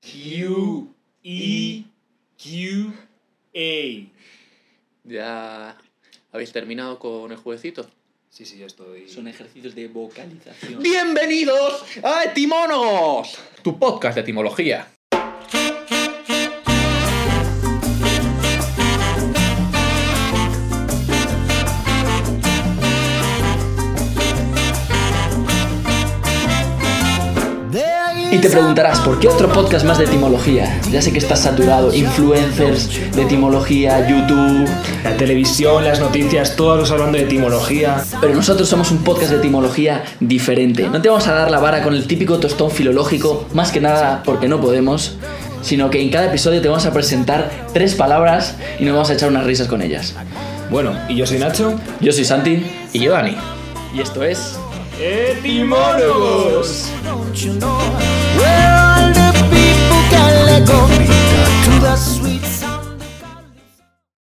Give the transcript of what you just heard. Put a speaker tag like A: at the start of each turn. A: Q, E, Q, A.
B: Ya habéis terminado con el jueguecito.
C: Sí, sí, ya estoy.
A: Son ejercicios de vocalización.
B: ¡Bienvenidos a Etimónogos! Tu podcast de etimología.
D: Y te preguntarás, ¿por qué otro podcast más de etimología? Ya sé que estás saturado, influencers de etimología, YouTube,
C: La televisión, las noticias, todos hablando de etimología.
D: pero nosotros somos un podcast de etimología diferente. No te vamos a dar la vara con el típico tostón filológico, más que nada porque no podemos, sino que en cada episodio te vamos a presentar tres palabras y nos vamos a echar unas risas con ellas.
C: Bueno, y yo soy Nacho.
D: Yo soy Santi
B: Y yo, Dani.
D: y esto es
C: ¡Etimólogos!
E: Don't you know?